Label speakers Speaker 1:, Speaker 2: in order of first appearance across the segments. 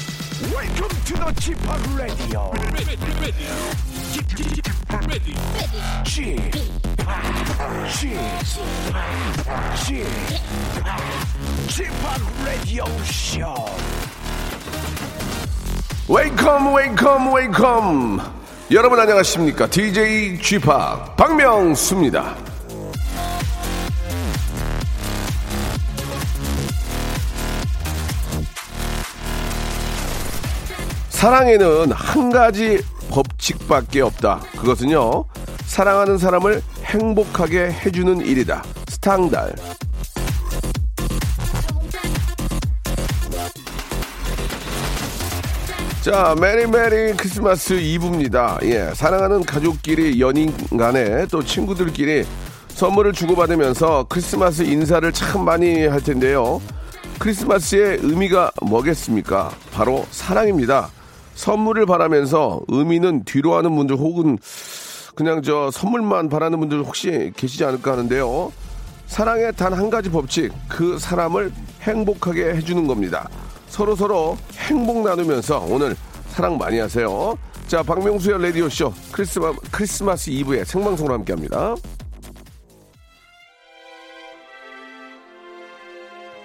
Speaker 1: Welcome to the g p o p Radio.
Speaker 2: ready, ready, ready, ready.
Speaker 1: g p o p g p o p g p o p Radio Show.
Speaker 3: 웨이컴 웨이컴 웨이컴 여러분 안녕하십니까 DJ g p o p 박명수입니다 사랑에는 한 가지 법칙밖에 없다 그것은요 사랑하는 사람을 행복하게 해주는 일이다 스탕달 자, 메리 메리 크리스마스 이브입니다. 예, 사랑하는 가족끼리, 연인 간에 또 친구들끼리 선물을 주고받으면서 크리스마스 인사를 참 많이 할 텐데요. 크리스마스의 의미가 뭐겠습니까? 바로 사랑입니다. 선물을 바라면서 의미는 뒤로 하는 분들 혹은 그냥 저 선물만 바라는 분들 혹시 계시지 않을까 하는데요. 사랑의 단 한 가지 법칙, 그 사람을 행복하게 해주는 겁니다. 서로 서로 행복 나누면서 오늘 사랑 많이 하세요. 자, 박명수의 라디오 쇼 크리스마 크리스마스 이브에 생방송으로 함께합니다.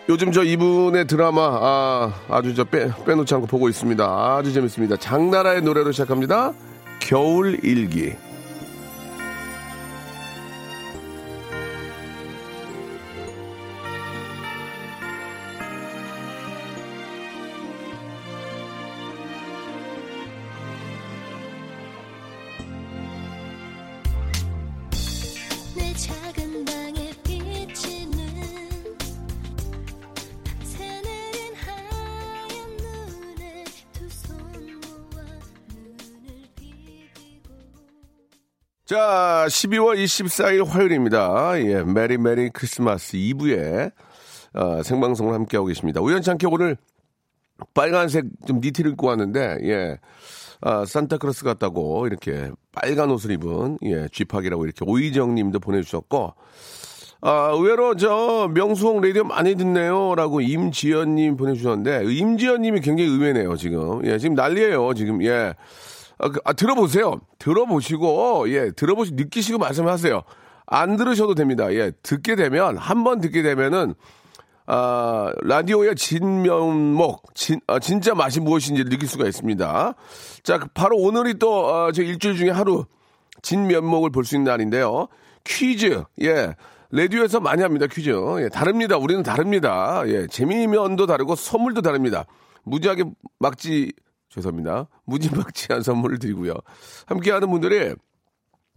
Speaker 3: 요즘 저 이분의 드라마 아, 아주 저 빼, 빼놓지 않고 보고 있습니다. 아주 재밌습니다. 장나라의 노래로 시작합니다. 겨울 일기.
Speaker 4: 내 작은 방에 비치는 밤새 내린 하얀 눈에 두 손 모아 눈을 비비고
Speaker 3: 자, 12월 24일 화요일입니다. 예, 메리 메리 크리스마스 2부에 어, 생방송을 함께하고 계십니다. 우연찮게 오늘 빨간색 좀 니트를 입고 왔는데, 예, 아, 산타크로스 같다고 이렇게 빨간 옷을 입은, 예, 쥐팍이라고 이렇게 오이정 님도 보내주셨고, 아, 의외로 저 명수홍 라디오 많이 듣네요. 라고 임지연 님 보내주셨는데, 임지연 님이 굉장히 의외네요, 지금. 예, 지금 난리예요 지금, 예. 아, 그, 아, 들어보세요. 들어보시고, 예, 들어보시, 느끼시고 말씀하세요. 안 들으셔도 됩니다. 예, 듣게 되면, 한 번 듣게 되면은, 아, 라디오의 진면목, 진, 아, 진짜 맛이 무엇인지 느낄 수가 있습니다. 자, 그 바로 오늘이 또, 어, 저 일주일 중에 하루, 진면목을 볼 수 있는 날인데요. 퀴즈, 예. 라디오에서 많이 합니다, 퀴즈. 예, 다릅니다. 우리는 다릅니다. 예, 재미면도 다르고 선물도 다릅니다. 무지하게 막지, 죄송합니다. 무지막지한 선물을 드리고요. 함께하는 분들이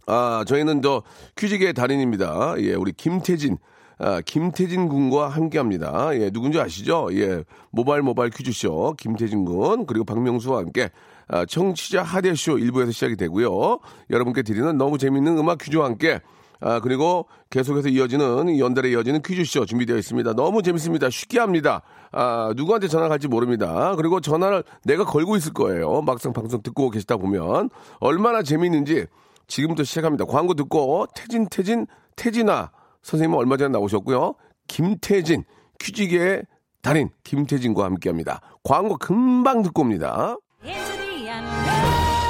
Speaker 3: 아, 저희는 저 퀴즈계의 달인입니다. 예, 우리 김태진. 아, 김태진 군과 함께 합니다. 예, 누군지 아시죠? 예, 모발 모발 퀴즈쇼. 김태진 군, 그리고 박명수와 함께 아, 청취자 하대쇼 일부에서 시작이 되고요. 여러분께 드리는 너무 재밌는 음악 퀴즈와 함께 아, 그리고 계속해서 이어지는, 이 연달에 이어지는 퀴즈쇼 준비되어 있습니다. 너무 재밌습니다. 쉽게 합니다. 아, 누구한테 전화 갈지 모릅니다. 그리고 전화를 내가 걸고 있을 거예요. 막상 방송 듣고 계시다 보면. 얼마나 재밌는지 지금부터 시작합니다. 광고 듣고, 태진, 태진, 태진아. 선생님은 얼마 전에 나오셨고요. 김태진, 퀴즈계의 달인, 김태진과 함께 합니다. 광고 금방 듣고 옵니다.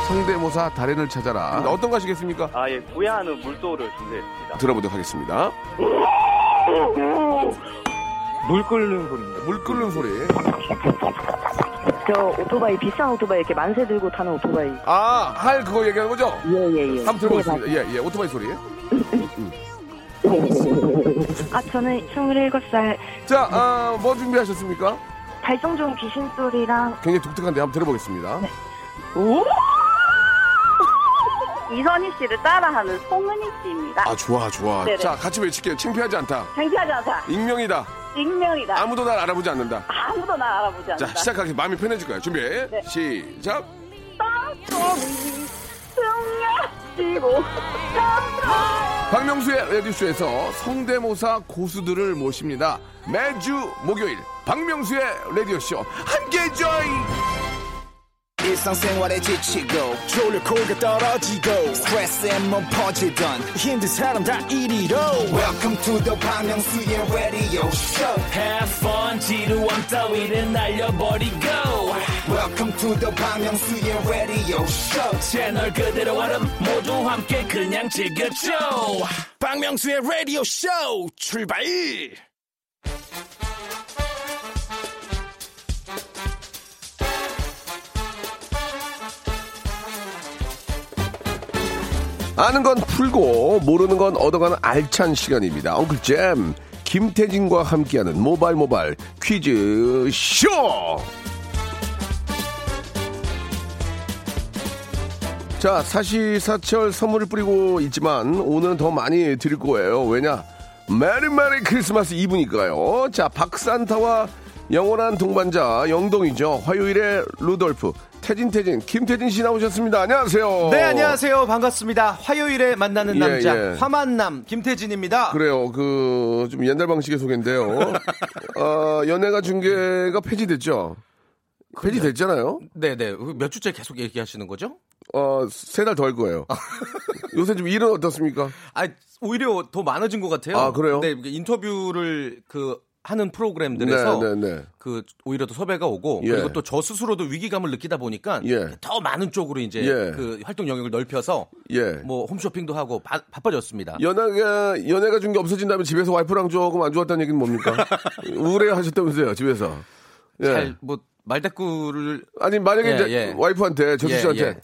Speaker 3: 성대모사 달인을 찾아라. 음, 어떤 가시겠습니까?
Speaker 5: 아, 예, 고야하는 물도를 준비했습니다.
Speaker 3: 들어보도록 하겠습니다.
Speaker 6: 물 끓는 소리입니다.
Speaker 3: 물 끓는 소리.
Speaker 7: 저 오토바이 비싼 오토바이 이렇게 만세 들고 타는 오토바이
Speaker 3: 아, 할 그거 얘기하는 거죠?
Speaker 7: 예예예
Speaker 3: 한번 들어보겠습니다.
Speaker 8: 네,
Speaker 3: 예, 예, 오토바이 소리.
Speaker 8: 네,
Speaker 7: 아 저는 27살
Speaker 3: 자, 아, 뭐 준비하셨습니까?
Speaker 7: 발성 좋은 귀신 소리랑
Speaker 3: 굉장히 독특한데 한번 들어보겠습니다.
Speaker 8: 네.
Speaker 7: 오
Speaker 8: 이선희 씨를 따라하는 송은희 씨입니다.
Speaker 3: 아, 좋아, 좋아.
Speaker 8: 네네.
Speaker 3: 자, 같이 외칠게요. 창피하지 않다.
Speaker 8: 창피하지 않다.
Speaker 3: 익명이다.
Speaker 8: 익명이다.
Speaker 3: 아무도 날 알아보지 않는다.
Speaker 8: 아무도 날 알아보지 않는다. 네.
Speaker 3: 자, 시작하기 마음이 편해질 거야. 준비. 시작.
Speaker 8: 땅콩이 승려지고
Speaker 3: 박명수의 라디오쇼에서 성대모사 고수들을 모십니다. 매주 목요일 박명수의 라디오쇼 함께 join.
Speaker 9: 일상생활에 지치고, 졸려 코가 떨어지고, 스트레스에 몸 퍼지던, 힘든 사람 다 이리로. welcome to the Bang Myung-soo's radio show
Speaker 10: Have fun 지루함 따위를 날려버리고
Speaker 9: welcome Welcome to the 방명수의 radio show.
Speaker 2: 채널 그대로 와름 모두 함께 그냥 즐겨줘
Speaker 1: 박명수의 라디오 쇼 출발!
Speaker 3: 아는 건 풀고 모르는 건 얻어가는 알찬 시간입니다. 엉클잼 김태진과 함께하는 모발 모발 퀴즈 쇼. 자 사시사철 선물을 뿌리고 있지만 오늘은 더 많이 드릴 거예요. 왜냐 메리 메리 크리스마스 이브니까요. 자 박산타와 영원한 동반자 영동이죠. 화요일에 루돌프 태진 태진 김태진 씨 나오셨습니다. 안녕하세요.
Speaker 10: 네, 안녕하세요. 반갑습니다. 화요일에 만나는
Speaker 3: 예,
Speaker 10: 남자,
Speaker 3: 예.
Speaker 10: 화만남, 김태진입니다.
Speaker 3: 그래요. 그 좀 옛날 방식의 소개인데요. 어, 연예가 중계가 폐지됐죠. 폐지됐잖아요.
Speaker 10: 네네. 그 몇 주째 계속 얘기하시는 거죠?
Speaker 3: 어, 세 달 더 할 거예요. 요새 좀 일은 어떻습니까?
Speaker 10: 아, 오히려 더 많아진 것 같아요.
Speaker 3: 아, 그래요?
Speaker 10: 네, 이게 인터뷰를 그 하는 프로그램들에서
Speaker 3: 네, 네, 네.
Speaker 10: 그 오히려 더 섭외가 오고
Speaker 3: 예.
Speaker 10: 그리고 또 저 스스로도 위기감을 느끼다 보니까
Speaker 3: 예.
Speaker 10: 더 많은 쪽으로 이제
Speaker 3: 예.
Speaker 10: 그 활동 영역을 넓혀서
Speaker 3: 예.
Speaker 10: 뭐 홈쇼핑도 하고 바, 빠졌습니다
Speaker 3: 연예가 연예가 중계 없어진다면 집에서 와이프랑 조금 안 좋았다는 얘기는 뭡니까? 우울해 하셨다면서요, 집에서. 예.
Speaker 10: 잘 뭐 말대꾸를
Speaker 3: 아니 만약에
Speaker 10: 예,
Speaker 3: 이제
Speaker 10: 예.
Speaker 3: 와이프한테
Speaker 10: 예,
Speaker 3: 저수 씨한테
Speaker 10: 예.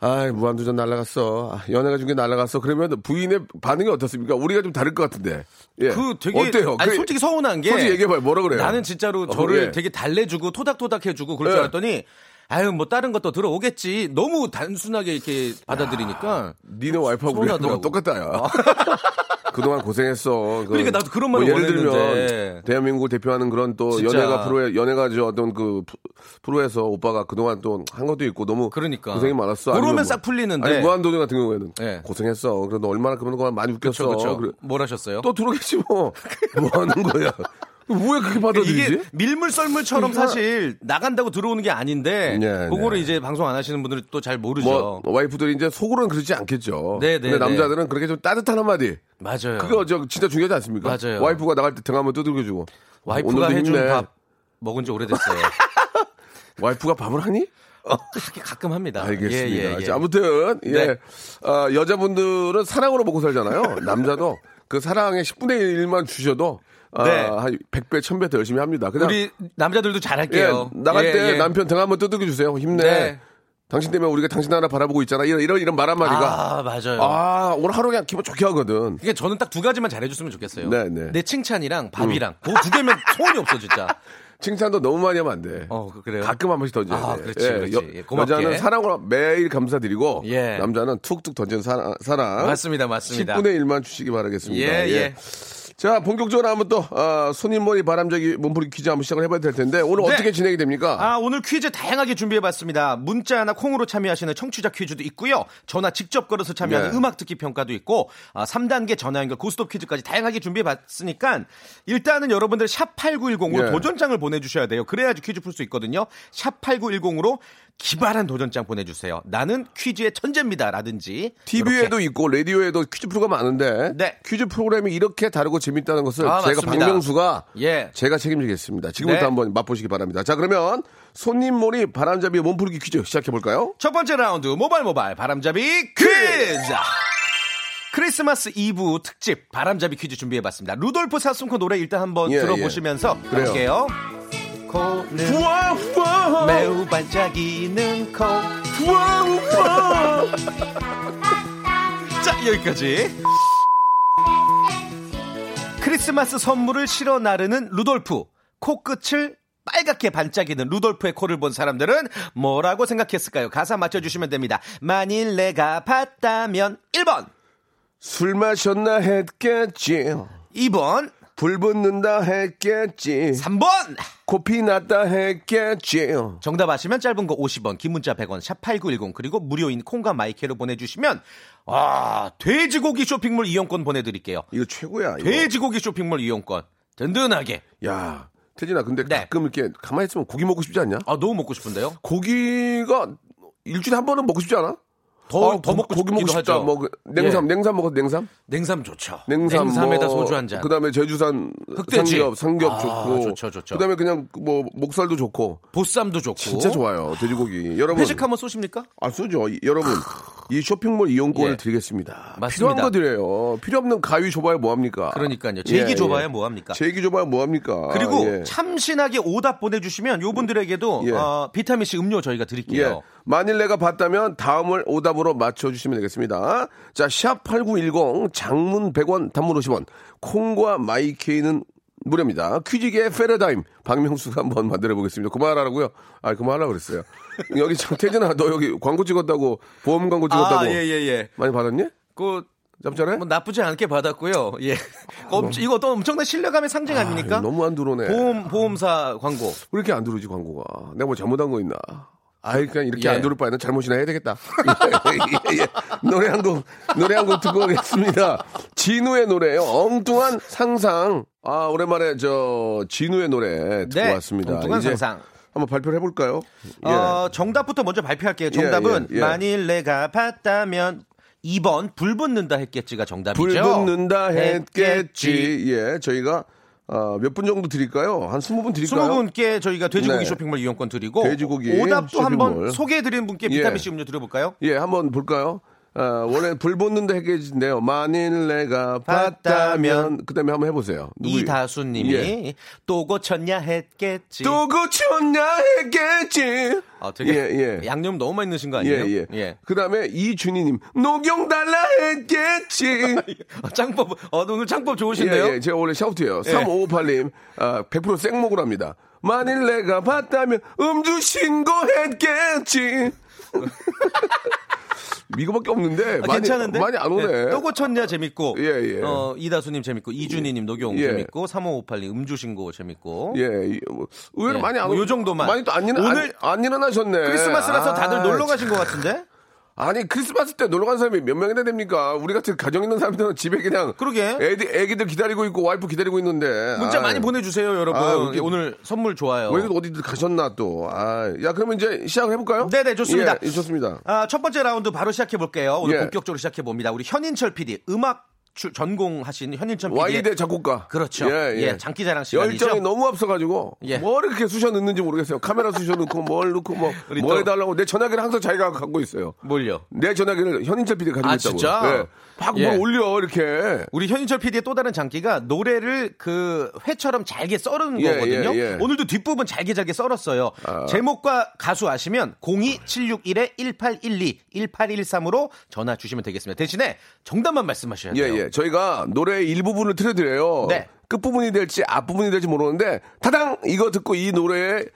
Speaker 3: 아이 무한도전 날라갔어 아, 연예가 중계 날라갔어 그러면 부인의 반응이 어떻습니까? 우리가 좀 다를 것 같은데 예.
Speaker 10: 그 되게
Speaker 3: 어때요?
Speaker 10: 아니
Speaker 3: 그-
Speaker 10: 솔직히 서운한 게
Speaker 3: 솔직히 얘기해봐요 뭐라 그래요?
Speaker 10: 나는 진짜로
Speaker 3: 어,
Speaker 10: 저를
Speaker 3: 예.
Speaker 10: 되게 달래주고 토닥토닥 해주고 그럴
Speaker 3: 예.
Speaker 10: 줄 알았더니 아유 뭐 다른 것도 들어오겠지 너무 단순하게 이렇게 받아들이니까
Speaker 3: 니네 와이프하고 우리 와이프가 뭐
Speaker 10: 서운하더라고. 아.
Speaker 3: 똑같다 야 그동안 고생했어 그-
Speaker 10: 그러니까 나도 그런 말을
Speaker 3: 예를 들면
Speaker 10: 원했는데.
Speaker 3: 대한민국을 대표하는 그런 또
Speaker 10: 진짜.
Speaker 3: 연예가 프로에 연예가 저 어떤 그 프- 프로에서 오빠가 그동안 또 한 것도 있고 너무
Speaker 10: 그러니까.
Speaker 3: 고생이 많았어
Speaker 10: 그러면
Speaker 3: 아니면 뭐
Speaker 10: 싹 풀리는데.
Speaker 3: 아니 무한도전 같은 경우에는
Speaker 10: 예.
Speaker 3: 고생했어 그래도 얼마나 그동안 많이 웃겼어
Speaker 10: 그렇죠 그렇죠
Speaker 3: 그래-
Speaker 10: 뭘 하셨어요?
Speaker 3: 또 들어오겠지 뭐. 뭐 하는 거야. 왜 그렇게 받아들이지?
Speaker 10: 이게 밀물썰물처럼
Speaker 3: 그러니까-
Speaker 10: 사실 나간다고 들어오는 게 아닌데
Speaker 3: 네,
Speaker 10: 그거를
Speaker 3: 네.
Speaker 10: 이제 방송 안 하시는 분들은 또 잘 모르죠
Speaker 3: 뭐 와이프들이 이제 속으로는 그렇지 않겠죠.
Speaker 10: 네, 네,
Speaker 3: 근데
Speaker 10: 네.
Speaker 3: 남자들은 그렇게 좀 따뜻한 한마디.
Speaker 10: 맞아요
Speaker 3: 그거 저 진짜 중요하지 않습니까?
Speaker 10: 맞아요.
Speaker 3: 와이프가 나갈 때 등 한번 두들겨주고.
Speaker 10: 와이프가
Speaker 3: 오늘도
Speaker 10: 해준
Speaker 3: 힘내.
Speaker 10: 밥 먹은 지 오래됐어요
Speaker 3: 와이프가 밥을 하니?
Speaker 10: 하긴 가끔 합니다
Speaker 3: 어. 알겠습니다.
Speaker 10: 예, 예, 예.
Speaker 3: 자, 아무튼 예.
Speaker 10: 네.
Speaker 3: 아, 여자분들은 사랑으로 먹고 살잖아요. 남자도 그 사랑의 10분의 1만 주셔도 아,
Speaker 10: 네.
Speaker 3: 한 100배, 1000배 더 열심히 합니다. 그냥
Speaker 10: 우리 남자들도
Speaker 3: 예,
Speaker 10: 잘할게요
Speaker 3: 나갈
Speaker 10: 예,
Speaker 3: 때
Speaker 10: 예.
Speaker 3: 남편 등 한번 두들겨 주세요. 힘내.
Speaker 10: 네.
Speaker 3: 당신 때문에 우리가 당신 하나 바라보고 있잖아. 이런 이런 이런 말 한마디가
Speaker 10: 아 맞아요
Speaker 3: 아, 오늘 하루 그냥 기분 좋게 하거든.
Speaker 10: 그게 그러니까 저는 딱 두 가지만 잘해줬으면 좋겠어요.
Speaker 3: 네, 네.
Speaker 10: 내 칭찬이랑 밥이랑 그 두 개면 소원이 없어 진짜.
Speaker 3: 칭찬도 너무 많이 하면 안 돼.
Speaker 10: 어, 그- 그래요?
Speaker 3: 가끔 한 번씩 던져야
Speaker 10: 아,
Speaker 3: 돼.
Speaker 10: 그렇지, 그렇지. 예, 고맙게.
Speaker 3: 여자는 사랑으로 매일 감사드리고
Speaker 10: 예.
Speaker 3: 남자는 툭툭 던지는 사랑. 사랑.
Speaker 10: 맞습니다, 맞습니다.
Speaker 3: 10분의 1만 주시기 바라겠습니다.
Speaker 10: 예, 예.
Speaker 3: 자, 본격적으로 한번 또 아, 손님머리 바람잡이 몸풀이 퀴즈 한번 시작을 해봐야 될 텐데 오늘
Speaker 10: 네.
Speaker 3: 어떻게 진행이 됩니까?
Speaker 10: 아, 오늘 퀴즈 다양하게 준비해봤습니다. 문자나 콩으로 참여하시는 청취자 퀴즈도 있고요. 전화 직접 걸어서 참여하는
Speaker 3: 네.
Speaker 10: 음악 듣기 평가도 있고, 아, 3단계 전화 연결 고스톱 퀴즈까지 다양하게 준비해봤으니까, 일단은 여러분들 샵8910으로
Speaker 3: 예.
Speaker 10: 도전장을 보내주셔야 돼요. 그래야지 퀴즈 풀 수 있거든요. 샵8910으로 기발한 도전장 보내주세요. 나는 퀴즈의 천재입니다. 라든지.
Speaker 3: TV에도
Speaker 10: 이렇게.
Speaker 3: 있고 라디오에도 퀴즈 프로가 많은데
Speaker 10: 네.
Speaker 3: 퀴즈 프로그램이 이렇게 다르고 재밌다는 것을
Speaker 10: 아,
Speaker 3: 제가
Speaker 10: 맞습니다.
Speaker 3: 박명수가
Speaker 10: 예.
Speaker 3: 제가 책임지겠습니다. 지금부터
Speaker 10: 네.
Speaker 3: 한번 맛보시기 바랍니다. 자 그러면 손님몰이 바람잡이 몸풀기 퀴즈 시작해 볼까요?
Speaker 10: 첫 번째 라운드 모발 모발 바람잡이 퀴즈. 크리스마스 이브 특집 바람잡이 퀴즈 준비해봤습니다. 루돌프 사슴코 노래 일단 한번
Speaker 3: 예,
Speaker 10: 들어보시면서
Speaker 3: 그래요.
Speaker 10: 볼게요. 코는
Speaker 3: 우와 우와
Speaker 10: 매우 반짝이는 코.
Speaker 3: 우와 우와
Speaker 10: 자 여기까지. 크리스마스 선물을 실어 나르는 루돌프. 코끝을 빨갛게 반짝이는 루돌프의 코를 본 사람들은 뭐라고 생각했을까요? 가사 맞춰주시면 됩니다. 만일 내가 봤다면 1번,
Speaker 3: 술 마셨나 했겠지
Speaker 10: 2번,
Speaker 3: 불 붙는다 했겠지
Speaker 10: 3번!
Speaker 3: 코피 났다 했겠지
Speaker 10: 정답 아시면 짧은 거 50원, 긴 문자 100원, 샵8910, 그리고 무료인 콩과 마이케로 보내주시면, 아, 돼지고기 쇼핑몰 이용권 보내드릴게요.
Speaker 3: 이거 최고야 이거.
Speaker 10: 돼지고기 쇼핑몰 이용권. 든든하게.
Speaker 3: 야 태진아 근데
Speaker 10: 네.
Speaker 3: 가끔 이렇게 가만히 있으면 고기 먹고 싶지 않냐?
Speaker 10: 아, 너무 먹고 싶은데요?
Speaker 3: 고기가 일주일에 한 번은 먹고 싶지 않아?
Speaker 10: 더,
Speaker 3: 어,
Speaker 10: 더
Speaker 3: 고-
Speaker 10: 먹고
Speaker 3: 고기 먹고
Speaker 10: 싶기도
Speaker 3: 싶다.
Speaker 10: 하죠.
Speaker 3: 뭐, 그- 냉삼,
Speaker 10: 예.
Speaker 3: 냉삼 먹어도 냉삼?
Speaker 10: 냉삼 좋죠.
Speaker 3: 냉삼,
Speaker 10: 냉삼에다
Speaker 3: 뭐,
Speaker 10: 소주 한 잔.
Speaker 3: 그다음에 제주산
Speaker 10: 흑돼지.
Speaker 3: 삼겹, 삼겹
Speaker 10: 아,
Speaker 3: 좋고.
Speaker 10: 좋죠, 좋죠.
Speaker 3: 그다음에 그냥 뭐 목살도 좋고. 어?
Speaker 10: 보쌈도 좋고.
Speaker 3: 진짜 좋아요. 돼지고기. 여러분.
Speaker 10: 회식 한번 쏘십니까?
Speaker 3: 아, 쏘죠. 이- 여러분. 이 쇼핑몰 이용권을
Speaker 10: 예.
Speaker 3: 드리겠습니다.
Speaker 10: 맞습니다.
Speaker 3: 필요한 거 드려요. 필요 없는 가위 줘봐야 뭐합니까?
Speaker 10: 그러니까요. 제기
Speaker 3: 예,
Speaker 10: 줘봐야
Speaker 3: 예.
Speaker 10: 뭐합니까?
Speaker 3: 제기 줘봐야 뭐합니까?
Speaker 10: 그리고
Speaker 3: 예.
Speaker 10: 참신하게 오답 보내주시면 요분들에게도
Speaker 3: 예.
Speaker 10: 어, 비타민 C 음료 저희가
Speaker 3: 예.
Speaker 10: 드릴게요.
Speaker 3: 만일 내가 봤다면 다음을 오답으로 맞춰주시면 되겠습니다. 자, 샵8910 장문 100원 단문 50원 콩과 마이케이는 무료입니다. 퀴즈계의 페러다임 박명수가 한번 만들어 보겠습니다. 그만하라고요? 아, 그만하라고 그랬어요. 여기 참 태진아 너 여기 광고 찍었다고 보험 광고 찍었다고
Speaker 10: 아, 예, 예, 예.
Speaker 3: 많이 받았니?
Speaker 10: 그,
Speaker 3: 짭짤해?
Speaker 10: 뭐 나쁘지 않게 받았고요. 예. 엄- 이거 또 엄청난 신뢰감의 상징 아닙니까?
Speaker 3: 아, 너무 안 들어오네.
Speaker 10: 보험, 보험사 광고.
Speaker 3: 왜 이렇게 안 들어오지 광고가? 내가 뭐 잘못한 거 있나? 아, 그러니까 이렇게
Speaker 10: 예.
Speaker 3: 안 들어올 바에는 잘못이나 해야 되겠다. 예, 예, 예. 노래 한 곡, 노래 한 곡 듣고 오겠습니다. 진우의 노래예요. 엉뚱한 상상. 아, 오랜만에 저 진우의 노래 듣고
Speaker 10: 네,
Speaker 3: 왔습니다.
Speaker 10: 엉뚱한 상상.
Speaker 3: 한번 발표를 해볼까요? 예.
Speaker 10: 어, 정답부터 먼저 발표할게요. 정답은
Speaker 3: 예, 예.
Speaker 10: 만일 내가 봤다면 2번 불 붙는다 했겠지가 정답이죠.
Speaker 3: 불 붙는다
Speaker 10: 했겠지.
Speaker 3: 했겠지. 예, 저희가 아, 몇 분 정도 드릴까요? 한 20분 드릴까요?
Speaker 10: 20분께 저희가 돼지고기
Speaker 3: 네.
Speaker 10: 쇼핑몰 이용권 드리고
Speaker 3: 돼지고기
Speaker 10: 오답도 한번
Speaker 3: 쇼핑몰.
Speaker 10: 소개해드리는 분께
Speaker 3: 예.
Speaker 10: 비타민 C 음료 드려볼까요?
Speaker 3: 예, 한번 볼까요? 어, 원래 불 붙는다 했겠지인데요. 만일 내가 봤다면 그다음에 한번 해보세요. 누구-
Speaker 10: 이다수님이
Speaker 3: 예.
Speaker 10: 또 고쳤냐 했겠지.
Speaker 3: 또 고쳤냐 했겠지.
Speaker 10: 아, 되게
Speaker 3: 예, 예.
Speaker 10: 양념 너무 많이 넣으신 거
Speaker 3: 예,
Speaker 10: 아니에요?
Speaker 3: 예. 그다음에 이준희님 녹용 달라 했겠지.
Speaker 10: 아, 짱법, 어, 오늘 짱법 좋으신데요?
Speaker 3: 예, 예, 제가 원래 샤우트예요. 3558님, 100% 생목을 합니다. 만일 내가 봤다면 음주 신고했겠지. 이거밖에 없는데
Speaker 10: 아,
Speaker 3: 많이,
Speaker 10: 괜찮은데?
Speaker 3: 많이 안 오네.
Speaker 10: 예, 또 고쳤냐 재밌고.
Speaker 3: 예, 예.
Speaker 10: 어, 이다수님 재밌고. 이준희님 노경
Speaker 3: 예.
Speaker 10: 재밌고. 3558님 음주신고 재밌고.
Speaker 3: 예, 이- 뭐, 의외로
Speaker 10: 어? 예,
Speaker 3: 많이 안,
Speaker 10: 뭐요
Speaker 3: 오-
Speaker 10: 정도만.
Speaker 3: 많이 또 안, 일어,
Speaker 10: 오늘
Speaker 3: 안, 안 일어나셨네.
Speaker 10: 크리스마스라서
Speaker 3: 아,
Speaker 10: 다들 놀러 가신 것 같은데?
Speaker 3: 아니, 크리스마스 때 놀러 간 사람이 몇 명이나 됩니까? 우리 같은 가정 있는 사람들은 집에 그냥.
Speaker 10: 그러게.
Speaker 3: 애기, 애기들 기다리고 있고, 와이프 기다리고 있는데.
Speaker 10: 문자
Speaker 3: 예. 아이, 예.
Speaker 10: 많이 보내주세요, 여러분.
Speaker 3: 아, 이렇게-
Speaker 10: 오늘 선물 좋아요.
Speaker 3: 왜 어디들 가셨나 또. 아, 야, 그러면 이제 시작을 해볼까요?
Speaker 10: 네네, 좋습니다.
Speaker 3: 예, 좋습니다.
Speaker 10: 아, 첫 번째 라운드 바로 시작해볼게요. 오늘
Speaker 3: 예.
Speaker 10: 본격적으로 시작해봅니다. 우리 현인철 PD, 음악 출- 전공하신 현인철 PD.
Speaker 3: 와이대 작곡가.
Speaker 10: 그렇죠. 예, 장기자랑 시간이죠.
Speaker 3: 열정이 너무 앞서가지고
Speaker 10: 예.
Speaker 3: 뭘 이렇게 쑤셔 넣는지 모르겠어요. 카메라 쑤셔 넣고 뭘 넣고 뭐,
Speaker 10: 우리
Speaker 3: 뭐
Speaker 10: 또-
Speaker 3: 해달라고 내 전화기를 항상 자기가 갖고 있어요.
Speaker 10: 뭘요?
Speaker 3: 내 전화기를 현인철 PD 가지고
Speaker 10: 아,
Speaker 3: 있다고.
Speaker 10: 진짜?
Speaker 3: 예. 막
Speaker 10: 예.
Speaker 3: 뭘 올려 이렇게.
Speaker 10: 우리 현인철 PD의 또 다른 장기가 노래를 그 회처럼 잘게 썰은
Speaker 3: 예,
Speaker 10: 거거든요.
Speaker 3: 예, 아. 예.
Speaker 10: 오늘도 뒷부분 잘게 잘게 썰었어요. 제목과 가수 아시면 02761-1812, 1813으로 전화 주시면 되겠습니다. 대신에 정답만 말씀하셔야
Speaker 3: 예,
Speaker 10: 돼요.
Speaker 3: 예. 저희가 노래의 일부분을 틀어드려요.
Speaker 10: 네.
Speaker 3: 끝부분이 될지 앞부분이 될지 모르는데 타당 이거 듣고 이 노래의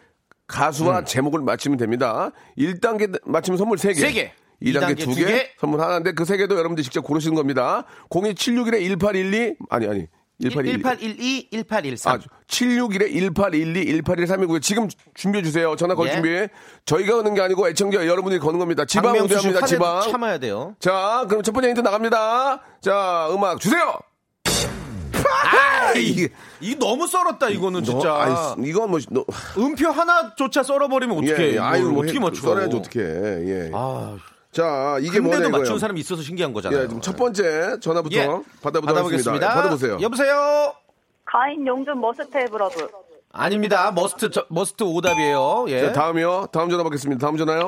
Speaker 3: 가수와
Speaker 10: 음.
Speaker 3: 제목을 맞히면 됩니다. 1단계 맞히면 선물 3개.
Speaker 10: 세 개.
Speaker 3: 2단계, 2개,
Speaker 10: 이단계 두 개.
Speaker 3: 선물 하나인데 그 3개도 여러분들이 직접 고르시는 겁니다. 02761에 1812 아니 아니 1812
Speaker 10: 1812, 1813.
Speaker 3: 아, 761에 1812, 1813이고요. 지금 준비해 주세요. 전화 걸
Speaker 10: 예.
Speaker 3: 준비. 저희가 거는 게 아니고 애청자 여러분들이 거는 겁니다. 지방
Speaker 10: 박명수 씨
Speaker 3: 응대합니다.
Speaker 10: 화내도
Speaker 3: 지방.
Speaker 10: 참아야 돼요.
Speaker 3: 자, 그럼 첫 번째 힌트 나갑니다. 자, 음악 주세요.
Speaker 10: 이, 이 너무 썰었다 이거는 진짜.
Speaker 3: 너, 아이, 이건 뭐 너,
Speaker 10: 음표 하나조차 썰어버리면 어떻게 해?
Speaker 3: 아유, 뭐
Speaker 10: 어떻게
Speaker 3: 해-
Speaker 10: 맞춰?
Speaker 3: 썰어야지 어떻게? 예.
Speaker 10: 아,
Speaker 3: 자, 이게 뭐냐
Speaker 10: 근데도
Speaker 3: 이거예요.
Speaker 10: 맞추는 사람이 있어서 신기한 거잖아요.
Speaker 3: 예, 지금 첫 번째 전화부터 받아보도록 하겠습니다. 예, 받아보세요.
Speaker 10: 예. 여보세요.
Speaker 8: 가인 용준 머스테 브러브.
Speaker 10: 아닙니다. 머스트 저- 머스트 오답이에요. 예.
Speaker 3: 자, 다음이요. 다음 전화 받겠습니다. 다음 전화요.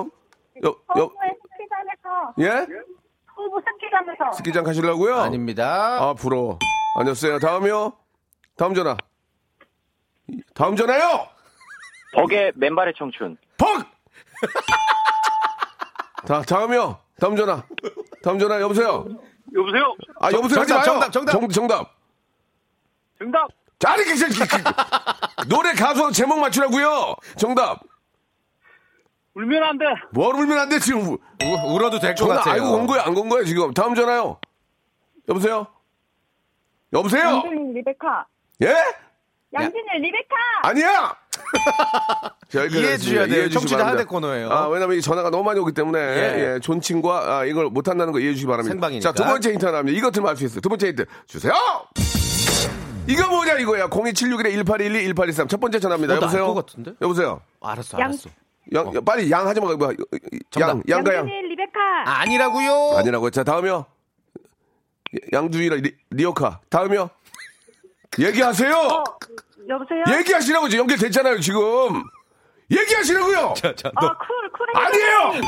Speaker 3: 여, 여,
Speaker 8: 스키장에서.
Speaker 3: 예?
Speaker 8: 서부 스키장에서.
Speaker 3: 스키장 가시려고요?
Speaker 10: 아닙니다.
Speaker 3: 아, 부러워. 안녕하세요. 다음이요. 다음 전화. 다음 전화요.
Speaker 5: 덕의 맨발의 청춘.
Speaker 3: 퍽! 다, 다음이요. 다음 전화. 다음 전화 여보세요.
Speaker 5: 여보세요?
Speaker 3: 아, 여보세요. 하지
Speaker 10: 정답,
Speaker 3: 마요.
Speaker 10: 정답, 정답.
Speaker 3: 정, 정답.
Speaker 5: 정답!
Speaker 3: 자, 이렇게 생- 노래 가수 제목 맞추라고요. 정답.
Speaker 5: 울면 안 돼!
Speaker 3: 뭘 울면 안 돼 지금 우-
Speaker 10: 우, 울어도 될 것
Speaker 3: 전화
Speaker 10: 같아요.
Speaker 3: 알고 온 거야 안 건 거야 지금 다음 전화요. 여보세요. 여보세요.
Speaker 7: 네.
Speaker 8: 양준일 리베카.
Speaker 3: 예?
Speaker 8: 양준일 리베카.
Speaker 3: 아니야. 자, 여기까지
Speaker 10: 이해해
Speaker 3: 하겠습니다.
Speaker 10: 주셔야 돼요.
Speaker 3: 이해해 주시기
Speaker 10: 청취자
Speaker 3: 바랍니다.
Speaker 10: 하대 코너예요.
Speaker 3: 아, 왜냐면 이 전화가 너무 많이 오기 때문에
Speaker 10: 예.
Speaker 3: 예, 존칭과 아, 이걸 못 한다는 거 이해해 주시기 바랍니다. 자,
Speaker 10: 생방이니까.
Speaker 3: 두 번째 힌트 하나 합니다. 이것 들면 알 수 있어요. 두 번째 힌트 주세요. 이거 뭐냐 이거야. 02761에 1812 1813. 첫 번째 전화입니다.
Speaker 10: 어, 나알
Speaker 3: 여보세요.
Speaker 10: 것 같은데?
Speaker 3: 여보세요.
Speaker 10: 알았어,
Speaker 8: 양-
Speaker 10: 알았어.
Speaker 3: 양, 빨리 양 하지 마. 양,
Speaker 10: 정답.
Speaker 3: 양가 양.
Speaker 8: 양준일 리베카.
Speaker 10: 아니라고요.
Speaker 3: 아니라고. 자, 다음이요. 예, 양주이라 리, 리오카. 다음이요. 얘기하세요.
Speaker 7: 여보세요?
Speaker 10: 아.
Speaker 3: 예? 얘기하시라고 지금 연결됐잖아요, 지금. 얘기하시라고요.
Speaker 10: 자, 자,
Speaker 7: 아, 쿨, 쿨해.
Speaker 3: 아니에요.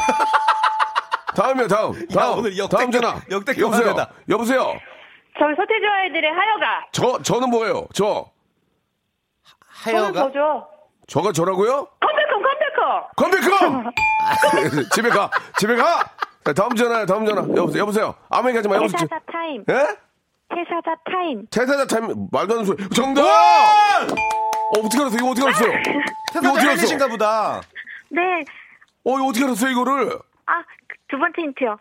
Speaker 3: 다음이요, 다음. 다음.
Speaker 10: 오늘 역대급,
Speaker 3: 다음 전화.
Speaker 10: 역대급
Speaker 3: 여보세요.
Speaker 10: 화제다.
Speaker 3: 여보세요.
Speaker 8: 저희 서태지 아이들의 하여가.
Speaker 3: 저 저는 뭐예요? 저
Speaker 8: 저는
Speaker 10: 하여가
Speaker 8: 저죠.
Speaker 3: 저가 저라고요?
Speaker 8: 컴백홈 컴백홈.
Speaker 3: 컴백홈. 집에 가. 집에 가. 자, 다음 전화요. 다음 전화. 여보세요. 여보세요. 아무 얘기 하지 마. 여보세요.
Speaker 7: 퇴사자 타임.
Speaker 3: 예?
Speaker 7: 퇴사자 타임.
Speaker 3: 퇴사자 타임 말도 안 되는 소리. 정답! 어, 어떻게 알았어? 이거 어떻게 알았어요? 이거
Speaker 10: 태사자
Speaker 3: 어떻게 알았어?
Speaker 10: 헬리신가 보다.
Speaker 7: 네.
Speaker 3: 어, 이거 어떻게 알았어요, 이거를?
Speaker 7: 아, 그- 두 번째 힌트요.